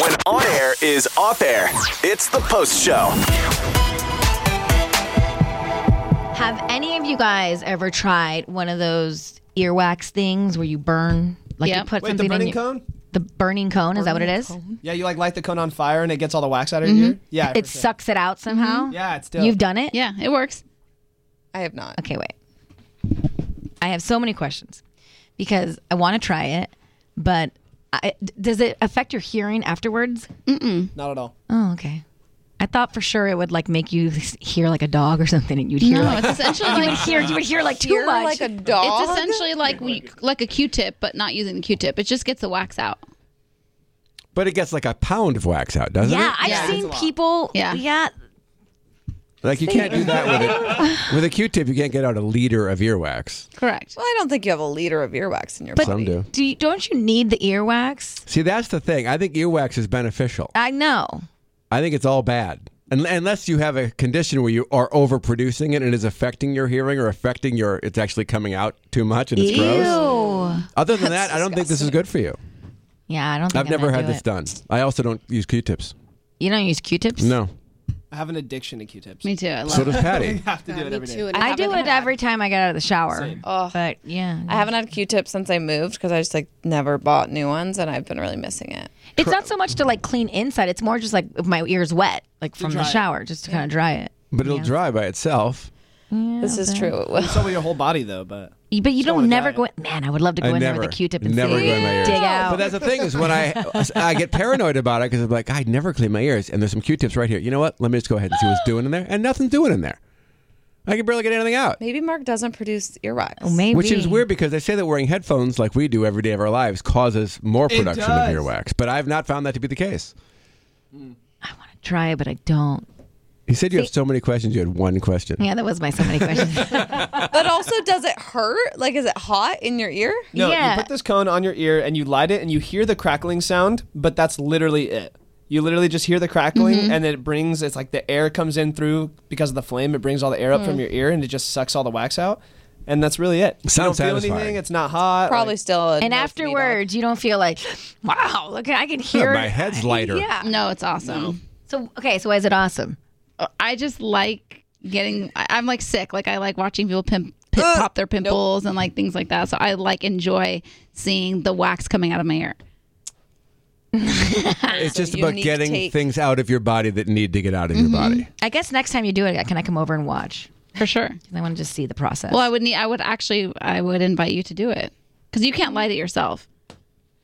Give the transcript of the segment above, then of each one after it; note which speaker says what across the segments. Speaker 1: When on air is off air, it's the post show.
Speaker 2: Have any of you guys ever tried one of those earwax things where you burn? Like you
Speaker 3: Yep.
Speaker 2: put
Speaker 4: Wait,
Speaker 2: something
Speaker 4: the burning
Speaker 2: in your-
Speaker 4: cone?
Speaker 2: The burning cone, is that what it is?
Speaker 4: Yeah, you like light the cone on fire and it gets all the wax
Speaker 2: Mm-hmm.
Speaker 4: out of you. Yeah,
Speaker 2: It
Speaker 4: for sure.
Speaker 2: sucks it out somehow.
Speaker 3: Mm-hmm.
Speaker 4: Yeah, it's dope.
Speaker 2: You've done it?
Speaker 3: Yeah, it works. I have not.
Speaker 2: Okay, wait. I have so many questions because I want to try it, but I, does it affect your hearing afterwards?
Speaker 4: Not at all.
Speaker 2: Oh, okay. I thought for sure it would like make you s- hear like a dog or something, and you'd hear
Speaker 3: No,
Speaker 2: like
Speaker 3: it's essentially
Speaker 2: you would
Speaker 3: like
Speaker 2: hear you would hear like too
Speaker 5: You're
Speaker 2: much.
Speaker 5: like a dog.
Speaker 3: It's essentially like we like a Q-tip, but not using the Q-tip. It just gets the wax out.
Speaker 6: But it gets like a pound of wax out, doesn't
Speaker 2: yeah,
Speaker 6: it?
Speaker 2: I've
Speaker 3: Yeah.
Speaker 2: seen people.
Speaker 3: Yeah.
Speaker 2: yeah.
Speaker 6: Like you can't do that with it. With a Q-tip, you can't get out a liter of earwax.
Speaker 3: Correct.
Speaker 5: well, I don't think you have a liter of earwax in your
Speaker 2: But
Speaker 6: Some
Speaker 5: body.
Speaker 6: do.
Speaker 2: Do you, don't you need the earwax?
Speaker 6: See, that's the thing. I think earwax is beneficial.
Speaker 2: I know.
Speaker 6: I think it's all bad. Un- Unless you have a condition where you are overproducing it and it is affecting your hearing or affecting your, it's actually coming out too much and it's gross.
Speaker 2: Ew.
Speaker 6: Other than that, I don't think this is good for you.
Speaker 2: Yeah, I don't. Think
Speaker 6: I've
Speaker 2: I'm
Speaker 6: never
Speaker 2: gonna
Speaker 6: had
Speaker 2: do
Speaker 6: this
Speaker 2: it.
Speaker 6: done. I also don't use Q-tips.
Speaker 2: You don't use Q-tips?
Speaker 6: No,
Speaker 4: I have an addiction to Q-tips.
Speaker 3: Me too. I love
Speaker 6: so
Speaker 3: it.
Speaker 6: does Patty.
Speaker 4: have to do it every day.
Speaker 2: I do it every time I get out of the shower.
Speaker 5: Oh.
Speaker 2: But yeah,
Speaker 5: I haven't had Q-tips since I moved because I just like never bought new ones and I've been really missing it.
Speaker 2: it's not so much to like clean inside. It's more just like if my ears wet, like from the
Speaker 4: dry it.
Speaker 2: shower, just to kind of dry it.
Speaker 6: But it'll dry by itself.
Speaker 5: this is true. It will.
Speaker 4: So with your whole body though, but
Speaker 2: But you don't
Speaker 4: wanna
Speaker 2: never
Speaker 4: dry
Speaker 2: go. In, man, I would love to go
Speaker 6: I
Speaker 2: in
Speaker 6: never,
Speaker 2: there with a Q-tip and
Speaker 6: never
Speaker 2: see,
Speaker 6: go in my ears.
Speaker 2: dig out.
Speaker 6: But that's the thing is when I I get paranoid about it because I'm like I never clean my ears and there's some Q-tips right here. You know what? Let me just go ahead and see what's doing in there and nothing's doing in there. I can barely get anything out.
Speaker 5: Maybe Mark doesn't produce earwax.
Speaker 2: Maybe.
Speaker 6: Which is weird because they say that wearing headphones like we do every day of our lives causes more
Speaker 4: It
Speaker 6: production of
Speaker 4: does.
Speaker 6: earwax, but I've not found that to be the case.
Speaker 2: I want to try it, but I don't.
Speaker 6: You said you have so many questions. You had one question.
Speaker 2: Yeah, that was my so many questions.
Speaker 5: But also, does it hurt? Like, is it hot in your ear?
Speaker 4: no,
Speaker 2: Yeah.
Speaker 4: you put this cone on your ear and you light it and you hear the crackling sound, but that's literally it. You literally just hear the crackling
Speaker 2: Mm-hmm.
Speaker 4: and it brings it's like the air comes in through because of the flame, it brings all the air up
Speaker 2: Mm.
Speaker 4: from your ear and it just sucks all the wax out. And that's really it.
Speaker 6: Sounds
Speaker 4: you don't feel
Speaker 6: satisfying.
Speaker 4: anything, it's not hot.
Speaker 5: Probably
Speaker 4: like-
Speaker 5: still. A
Speaker 2: and
Speaker 5: no for me
Speaker 2: afterwards, you don't feel like, wow, look, I can
Speaker 6: Yeah,
Speaker 2: hear.
Speaker 6: Oh, my head's lighter.
Speaker 2: Yeah.
Speaker 3: No, it's awesome. Uh,
Speaker 2: So okay, so why is it awesome?
Speaker 3: I just like getting. I- I'm like sick. Like I like watching people pimp, pip, pop their pimples and like things like that. So I like enjoy seeing the wax coming out of my ear.
Speaker 6: It's just
Speaker 5: a
Speaker 6: about
Speaker 5: unique
Speaker 6: getting
Speaker 5: take.
Speaker 6: things out of your body that need to get out of
Speaker 2: Mm-hmm.
Speaker 6: your body.
Speaker 2: I guess next time you do it, can I come over and watch?
Speaker 3: For sure.
Speaker 2: 'Cause I want to just see the process.
Speaker 3: Well, I would need. I would actually. I would invite you to do it because you can't light it yourself.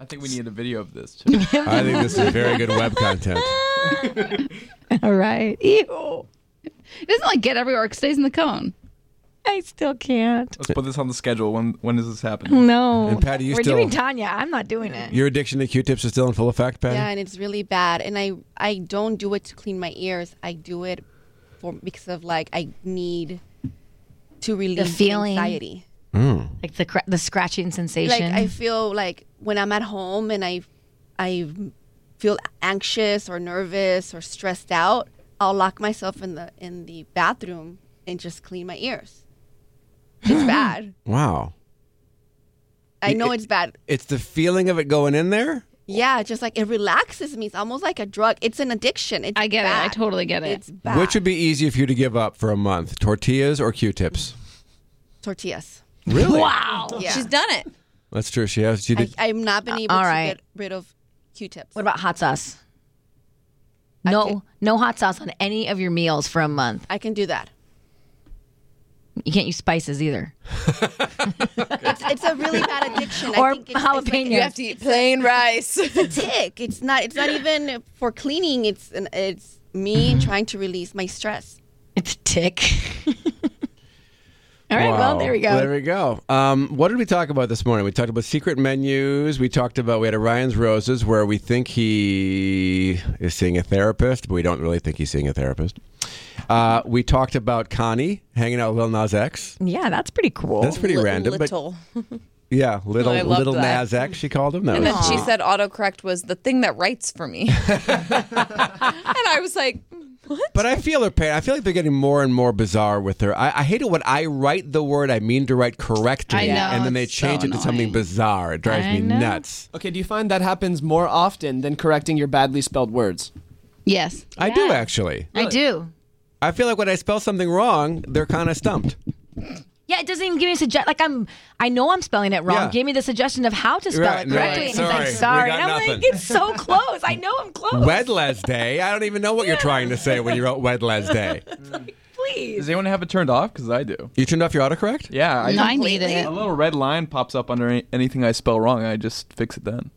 Speaker 7: I think we need a video of this too.
Speaker 6: I think this is very good web content.
Speaker 2: All right. Ew.
Speaker 3: It doesn't like get everywhere. It stays in the cone.
Speaker 2: I still can't.
Speaker 7: Let's put this on the schedule. When when does this happen?
Speaker 2: No.
Speaker 6: And Patty, you
Speaker 2: We're
Speaker 6: still-
Speaker 2: doing Tanya. I'm not doing it.
Speaker 6: Your addiction to Q-tips is still in full effect, Patty.
Speaker 8: Yeah, and it's really bad. And I I don't do it to clean my ears. I do it for because of like I need to relieve
Speaker 2: feeling.
Speaker 8: anxiety.
Speaker 2: like the cra- the scratching
Speaker 8: Like
Speaker 2: sensation.
Speaker 8: I feel like when I'm at home and I I feel anxious or nervous or stressed out, I'll lock myself in the in the bathroom and just clean my ears. It's bad.
Speaker 6: Wow.
Speaker 8: I know
Speaker 6: It-
Speaker 8: it's bad.
Speaker 6: It's the feeling of it going in there.
Speaker 8: Yeah, just like it relaxes me. It's almost like a drug. It's an addiction. It's
Speaker 3: I get it. I
Speaker 8: bad.
Speaker 3: totally get it.
Speaker 8: It's bad.
Speaker 6: Which would be easier for you to give up for a month, tortillas or Q-tips?
Speaker 8: tortillas.
Speaker 6: Really?
Speaker 2: wow.
Speaker 8: Yeah.
Speaker 5: She's done it.
Speaker 6: That's true. She has. She
Speaker 8: I,
Speaker 6: did.
Speaker 8: I've not been able
Speaker 2: Uh, all
Speaker 8: to
Speaker 2: right.
Speaker 8: get rid of Q-tips.
Speaker 2: What about hot sauce?
Speaker 8: I
Speaker 2: No,
Speaker 8: can-
Speaker 2: no hot sauce on any of your meals for a month.
Speaker 8: I can do that.
Speaker 2: You can't use spices either.
Speaker 8: It's, it's a really bad addiction.
Speaker 2: Or
Speaker 8: I think it's, it's like-
Speaker 2: jalapenos.
Speaker 8: you
Speaker 2: You
Speaker 8: have
Speaker 2: have
Speaker 8: to
Speaker 5: eat plain rice.
Speaker 8: tick. It's not. It's not even for cleaning. It's an,
Speaker 2: Mm-hmm.
Speaker 8: it's me trying to release my stress.
Speaker 2: It's a tick. All right, well, there we go.
Speaker 6: There we go. Um, what did we talk about this morning? We talked about secret menus. We talked about, we had a Ryan's Roses where we think he is seeing a therapist, but we don't really think he's seeing a therapist. Uh, we talked about Connie hanging out with Lil Nas X.
Speaker 2: Yeah, that's pretty cool.
Speaker 6: That's pretty
Speaker 5: Li-
Speaker 6: random.
Speaker 5: Little.
Speaker 6: But yeah, little,
Speaker 5: I loved
Speaker 6: little
Speaker 5: that.
Speaker 6: Nas X, she called him. That
Speaker 5: And
Speaker 6: was
Speaker 5: then she
Speaker 6: sweet.
Speaker 5: said autocorrect was the thing that writes for me. and I was like, what?
Speaker 6: But I feel her pain. I feel like they're getting more and more bizarre with her. I, I hate it when I write the word I mean to write correctly,
Speaker 3: I know,
Speaker 6: and then they
Speaker 3: it's
Speaker 6: change
Speaker 3: so
Speaker 6: it to something
Speaker 3: annoying.
Speaker 6: bizarre. It drives
Speaker 2: I
Speaker 6: me
Speaker 2: know.
Speaker 6: nuts.
Speaker 4: Okay, do you find that happens more often than correcting your badly spelled words?
Speaker 3: Yes.
Speaker 6: I do actually.
Speaker 2: I do.
Speaker 6: I feel like when I spell something wrong, they're kind of stumped.
Speaker 2: Yeah, it doesn't even give me a suggestion. Like I'm, I know I'm spelling it wrong.
Speaker 6: Yeah.
Speaker 2: Give me the suggestion of how to spell
Speaker 6: Right,
Speaker 2: it
Speaker 6: no,
Speaker 2: correctly. and
Speaker 6: right,
Speaker 2: he's like,
Speaker 6: sorry, we
Speaker 2: sorry.
Speaker 6: got
Speaker 2: And I'm
Speaker 6: nothing.
Speaker 2: like, it's so close. I know I'm close.
Speaker 6: Wednesday. I don't even know what you're trying to say when you wrote Wednesday.
Speaker 2: Please.
Speaker 7: Does anyone have it turned off? Because I do.
Speaker 6: You turned off your autocorrect?
Speaker 7: Yeah. I
Speaker 3: No, I needed
Speaker 7: A
Speaker 3: it.
Speaker 7: little red line pops up under any- anything I spell wrong. I just fix it then.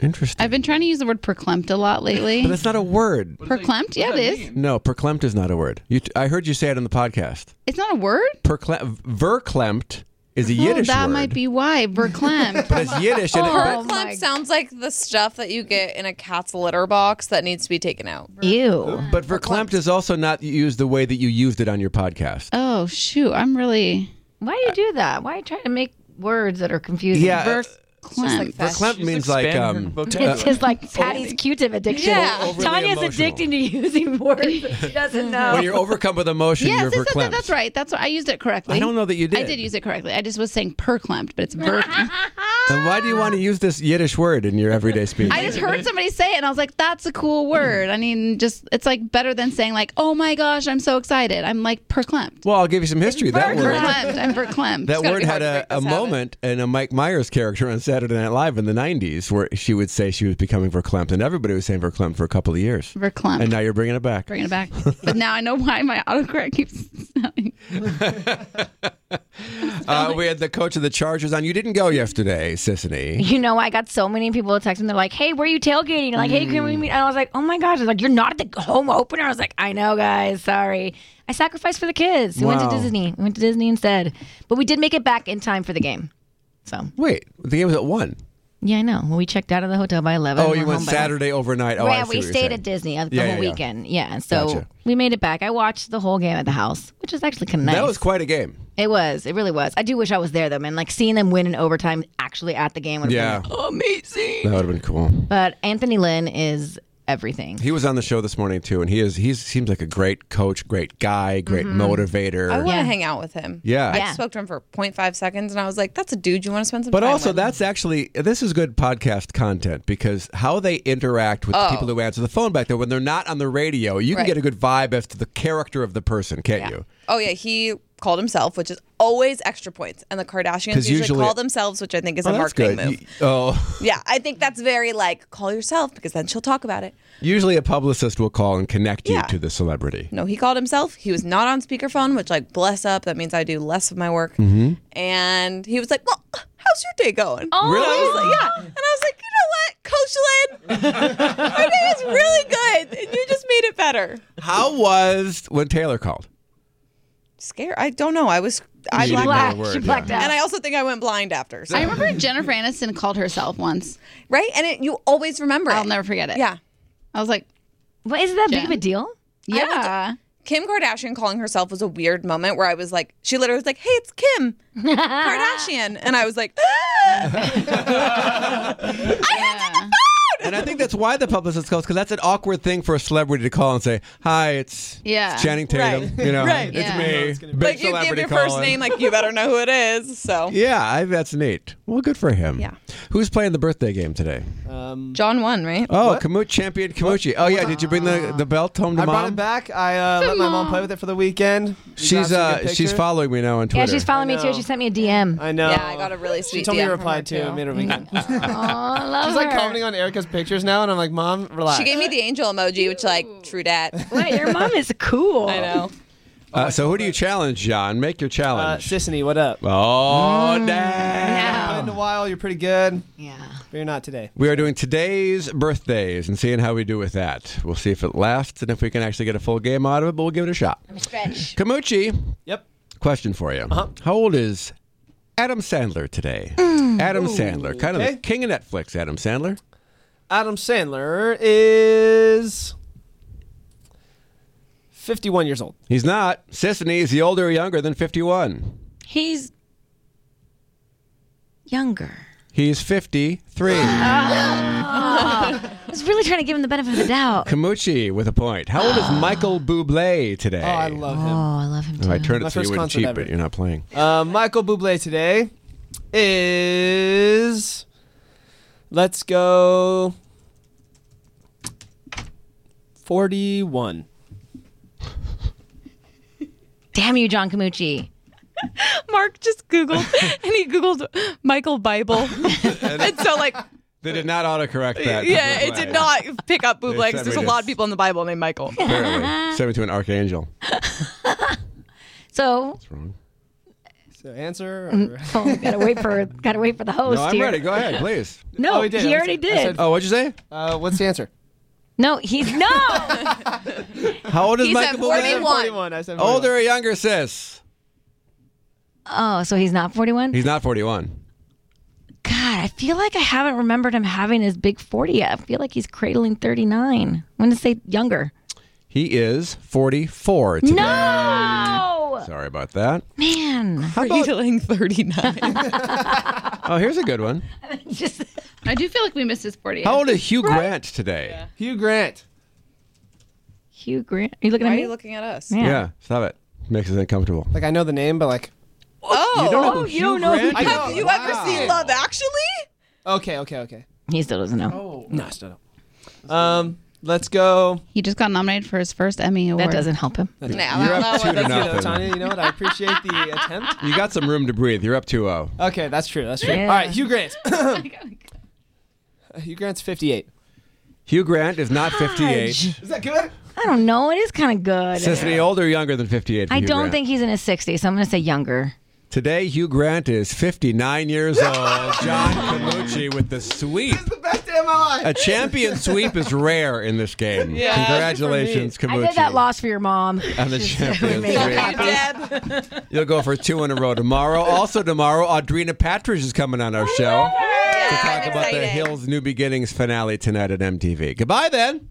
Speaker 6: Interesting.
Speaker 3: I've been trying to use the word perclempt a lot
Speaker 6: but
Speaker 3: lately.
Speaker 6: that's not a word.
Speaker 3: Perclempt? Yeah, it is.
Speaker 6: No, perclempt is not a word. You t- I heard you say it on the podcast.
Speaker 3: It's not a word.
Speaker 6: Percle- verklempt is a Yiddish
Speaker 3: oh, that
Speaker 6: word.
Speaker 3: might be Oh. why perclempt.
Speaker 6: But it's Yiddish. And it,
Speaker 5: Her
Speaker 6: but-
Speaker 5: clump sounds like the stuff that you get in a cat's litter box that needs to be taken out.
Speaker 2: Ew.
Speaker 6: But verklempt is also not used the way that you used it on your podcast.
Speaker 3: oh shoot! I'm really
Speaker 2: Why do you do that? Why are you trying to make words that are confusing?
Speaker 6: Yeah, uh,
Speaker 3: verklempt.
Speaker 6: verklempt means like
Speaker 7: expand
Speaker 6: um,
Speaker 7: her vocabulary.
Speaker 2: It's his like Patty's Q-tip addiction.
Speaker 5: Yeah.
Speaker 6: Overly
Speaker 2: Tanya's
Speaker 6: uh, emotional.
Speaker 2: addicted to using words that she doesn't know.
Speaker 6: when you're overcome with emotion,
Speaker 3: yes,
Speaker 6: you're
Speaker 3: it's- that-
Speaker 6: verklempt.
Speaker 3: that's right. That's what I used it correctly.
Speaker 6: I don't know that you did.
Speaker 3: I did use it correctly. I just was saying perclempt, but it's verklempt.
Speaker 6: Then why do you want to use this Yiddish word in your everyday speech?
Speaker 3: I just heard somebody say it, and I was like, "That's a cool word." I mean, just it's like better than saying like, "Oh my gosh, I'm so excited." I'm like perclempt.
Speaker 6: well, I'll give you some history. That word.
Speaker 3: Perclempt. I'm verklempt.
Speaker 6: That
Speaker 5: gotta
Speaker 6: word
Speaker 5: be
Speaker 6: had
Speaker 5: hard to break
Speaker 6: a, a
Speaker 5: this habit.
Speaker 6: moment in a Mike Myers character on Saturday Night Live in the 90s where she would say she was becoming verklempt, and everybody was saying verklempt for a couple of years.
Speaker 3: Verklempt.
Speaker 6: And now you're bringing it back.
Speaker 3: Bringing it back. but now I know why my autocorrect keeps. Sounding.
Speaker 6: Uh, we had the coach of the Chargers on. You didn't go yesterday, Sissany.
Speaker 2: You know, I got so many people texting. They're like, "Hey, where are you tailgating?" Like, "Hey, can
Speaker 6: Mm.
Speaker 2: we meet?" And I was like, "Oh my gosh!" I was like, "You're not at the home opener." I was like, "I know, guys. Sorry, I sacrificed for the kids. We went to
Speaker 6: Wow.
Speaker 2: Disney. We went to Disney instead, but we did make it back in time for the game. So
Speaker 6: Wait, the game was at 1.
Speaker 2: yeah, I know. Well, we checked out of the hotel by eleven.
Speaker 6: Oh,
Speaker 2: We're
Speaker 6: you went
Speaker 2: home by-
Speaker 6: Saturday overnight. Oh, I
Speaker 2: yeah,
Speaker 6: see
Speaker 2: we
Speaker 6: what you're
Speaker 2: stayed
Speaker 6: saying.
Speaker 2: at Disney uh, the
Speaker 6: Yeah,
Speaker 2: whole
Speaker 6: yeah, yeah.
Speaker 2: weekend. Yeah, so
Speaker 6: Gotcha.
Speaker 2: we made it back. I watched the whole game at the house, which was actually kind of nice.
Speaker 6: That was quite a game.
Speaker 2: It was. It really was. I do wish I was there though, man. Like seeing them win in overtime, actually at the game would have
Speaker 6: Yeah.
Speaker 2: been amazing.
Speaker 6: That would have been cool.
Speaker 2: But Anthony Lynn is everything.
Speaker 6: He was on the show this morning too, and he is he seems like a great coach, great guy, great
Speaker 2: Mm-hmm.
Speaker 6: motivator.
Speaker 5: I want to
Speaker 2: Yeah.
Speaker 5: hang out with him.
Speaker 6: Yeah.
Speaker 5: I
Speaker 6: Yeah.
Speaker 5: spoke to him for 0.5 seconds and I was like, that's a dude you want to spend some
Speaker 6: but
Speaker 5: time
Speaker 6: also,
Speaker 5: with.
Speaker 6: that's actually this is good podcast content because how they interact with
Speaker 2: Oh.
Speaker 6: the people who answer the phone back there when they're not on the radio, you can
Speaker 5: Right.
Speaker 6: get a good vibe as to the character of the person, can't you?
Speaker 5: Oh yeah, he called himself, which is always extra points. And the Kardashians
Speaker 6: 'Cause
Speaker 5: usually,
Speaker 6: usually-
Speaker 5: call themselves, which I think is
Speaker 6: Oh,
Speaker 5: a
Speaker 6: that's
Speaker 5: marketing
Speaker 6: good.
Speaker 5: move.
Speaker 6: You- oh,
Speaker 5: yeah, I think that's very like call yourself because then she'll talk about it.
Speaker 6: usually a publicist will call and connect you
Speaker 5: Yeah.
Speaker 6: to the celebrity.
Speaker 5: No, he called himself. He was not on speakerphone, which like bless up. That means I do less of my work.
Speaker 6: Mm-hmm.
Speaker 5: And he was like, "Well, how's your day going?" Oh,
Speaker 6: Really?
Speaker 5: I was like, yeah. And I was like, you know what, Coach Lynn, my day is really good, and you just made it better.
Speaker 6: How was when Taylor called?
Speaker 5: Scared? I don't know. I was. I
Speaker 6: You didn't
Speaker 5: blacked
Speaker 6: know
Speaker 5: out.
Speaker 6: a word,
Speaker 2: she
Speaker 6: yeah.
Speaker 2: blacked out.
Speaker 5: And I also think I went blind after. So,
Speaker 3: I remember Jennifer Aniston called herself once.
Speaker 5: right? And it, you always remember
Speaker 3: I'll
Speaker 5: it.
Speaker 3: never forget it.
Speaker 5: Yeah.
Speaker 3: I was like,
Speaker 2: But is that big of a
Speaker 3: Jen?
Speaker 2: deal?
Speaker 3: yeah.
Speaker 5: Kim Kardashian calling herself was a weird moment where I was like, she literally was like, hey, it's Kim Kardashian. And I was like, ah!
Speaker 3: Yeah.
Speaker 6: And I think that's why the publicist calls because that's an awkward thing for a celebrity to call and say, "Hi, it's
Speaker 3: Yeah.
Speaker 6: it's Channing Tatum. You know,
Speaker 5: Right.
Speaker 6: it's
Speaker 3: Yeah.
Speaker 6: me." Big
Speaker 5: like you give
Speaker 6: celebrity
Speaker 5: your first
Speaker 6: calling.
Speaker 5: name, like you better know who it is. So
Speaker 6: yeah, I, that's neat. Well, good for him.
Speaker 5: Yeah.
Speaker 6: Who's playing the birthday game today?
Speaker 5: John won, right?
Speaker 6: Oh, Kamut champion Kamuchi. Oh yeah, did you bring the the belt home to
Speaker 4: I
Speaker 6: mom?
Speaker 4: brought it back. I uh, let my mom play with it for the weekend.
Speaker 6: She's uh she's
Speaker 4: following.
Speaker 6: following me now on
Speaker 2: Yeah,
Speaker 6: Twitter.
Speaker 2: she's following me too. She sent me a DM.
Speaker 4: I know.
Speaker 5: Yeah, I got a really
Speaker 4: She
Speaker 5: sweet
Speaker 4: told me
Speaker 5: DM
Speaker 4: to
Speaker 5: from
Speaker 4: reply
Speaker 5: her,
Speaker 4: to
Speaker 5: too.
Speaker 4: it mid weekend.
Speaker 2: Oh, I love
Speaker 4: She's like
Speaker 2: her.
Speaker 4: commenting on Erica's pictures now, and I'm like, Mom, relax.
Speaker 5: She gave me the angel emoji, which like true dat.
Speaker 2: Wait, your mom is cool.
Speaker 5: I know.
Speaker 6: uh, so who do you challenge, John? Make your
Speaker 4: uh,
Speaker 6: challenge.
Speaker 4: Sissany, what up?
Speaker 6: oh, damn.
Speaker 4: Been in a while. You're pretty good,
Speaker 2: Yeah.
Speaker 4: but you're not today.
Speaker 6: We are doing today's birthdays and seeing how we do with that. We'll see if it lasts and if we can actually get a full game out of it, but we'll give it a shot.
Speaker 2: Stretch.
Speaker 6: Kamuchi,
Speaker 4: Yep.
Speaker 6: Question for you.
Speaker 4: Uh-huh.
Speaker 6: How old is Adam Sandler today? Adam Sandler, kind of the
Speaker 4: okay.
Speaker 6: king of Netflix, Adam Sandler.
Speaker 4: Adam Sandler is 51 years old.
Speaker 6: He's not. Sissany, is he older or younger than 51?
Speaker 2: He's younger.
Speaker 6: He's 53.
Speaker 2: I was really trying to give him the benefit of the doubt.
Speaker 6: Kamuchi with a point. How old is Michael Bublé today?
Speaker 4: Oh, I love him.
Speaker 2: Oh, I love him
Speaker 6: Oh,
Speaker 2: too.
Speaker 6: I turned
Speaker 4: My
Speaker 6: it so
Speaker 4: first
Speaker 6: you wouldn't
Speaker 4: concert
Speaker 6: cheat,
Speaker 4: ever.
Speaker 6: but you're not playing.
Speaker 4: Uh, Michael Bublé today is let's go 41.
Speaker 2: Damn you, John Camucci.
Speaker 5: Mark just Googled and he Googled Michael Bible. and so, like,
Speaker 6: They did not autocorrect that.
Speaker 5: yeah, it did not pick up
Speaker 6: They
Speaker 5: bootlegs.
Speaker 6: said
Speaker 5: There's
Speaker 6: we
Speaker 5: a lot
Speaker 6: just-
Speaker 5: of people in the Bible named Michael.
Speaker 6: Apparently. Send me to an archangel.
Speaker 2: So
Speaker 4: So answer. Or...
Speaker 2: oh, gotta wait for gotta wait for the host
Speaker 6: No, I'm
Speaker 2: here.
Speaker 6: ready. Go ahead, please.
Speaker 2: No,
Speaker 4: Oh,
Speaker 2: he,
Speaker 4: he did. I
Speaker 2: already
Speaker 4: said- I
Speaker 2: did.
Speaker 4: said-
Speaker 6: Oh, what'd you say?
Speaker 4: Uh, what's the answer?
Speaker 2: no, he's no.
Speaker 6: How old is
Speaker 5: He said
Speaker 6: Michael Bublé?
Speaker 5: 41.
Speaker 4: 41. I said 41.
Speaker 6: Older or younger, sis?
Speaker 2: oh, so he's not 41.
Speaker 6: He's not 41.
Speaker 2: God, I feel like I haven't remembered him having his big 40 yet. I feel like he's cradling 39. I'm gonna say younger.
Speaker 6: He is 44 today.
Speaker 2: No,
Speaker 6: Sorry about that.
Speaker 2: man.
Speaker 5: Cradling 39.
Speaker 6: Oh, here's a good one.
Speaker 2: Just
Speaker 3: I do feel like we missed his 40.
Speaker 6: How old is Hugh Grant today?
Speaker 4: Hugh Grant.
Speaker 2: Hugh Grant. Are you looking
Speaker 5: Why are
Speaker 2: at me?
Speaker 5: you looking at us?
Speaker 6: Yeah. stop it. Makes us uncomfortable.
Speaker 4: Like I know the name, but like
Speaker 5: Oh,
Speaker 6: You don't know who
Speaker 2: you
Speaker 6: Hugh
Speaker 2: don't know who-
Speaker 6: Grant
Speaker 4: I
Speaker 6: is?
Speaker 4: know.
Speaker 5: have you ever seen Love Actually?
Speaker 4: Okay, okay, okay.
Speaker 2: He still doesn't know.
Speaker 4: No, I still don't. Um, let's go.
Speaker 3: He just got nominated for his first Emmy award.
Speaker 2: That doesn't help him.
Speaker 5: No,
Speaker 6: You're up two to
Speaker 4: You know,
Speaker 6: nothing.
Speaker 4: Tanya, you know what? I appreciate the attempt.
Speaker 6: You got some room to breathe. You're up 2-0.
Speaker 4: Okay, that's true. That's true.
Speaker 2: Yeah. Oh
Speaker 4: All right, Hugh Grant. Hugh Grant's 58.
Speaker 6: Hugh Grant is not 58.
Speaker 4: Is that good?
Speaker 2: I don't know. It is kind of good.
Speaker 6: Sissany, older or younger than 58? for
Speaker 2: I
Speaker 6: Hugh
Speaker 2: don't
Speaker 6: Grant?
Speaker 2: think he's in his 60s, so I'm gonna say younger.
Speaker 6: Today, Hugh Grant is 59 years old. John Camucci with the sweep.
Speaker 4: The best day of my life.
Speaker 6: A champion sweep is rare in this game. Congratulations, Camucci.
Speaker 2: I did that loss for your mom.
Speaker 6: On the champion
Speaker 2: made
Speaker 6: sweep.
Speaker 5: Deb.
Speaker 6: You'll go for two in a row tomorrow. Also tomorrow, Audrina Patridge is coming on our show to talk
Speaker 5: I'm
Speaker 6: about the
Speaker 5: excited.
Speaker 6: Hills New Beginnings finale tonight at MTV. Goodbye then.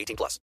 Speaker 9: 18 plus.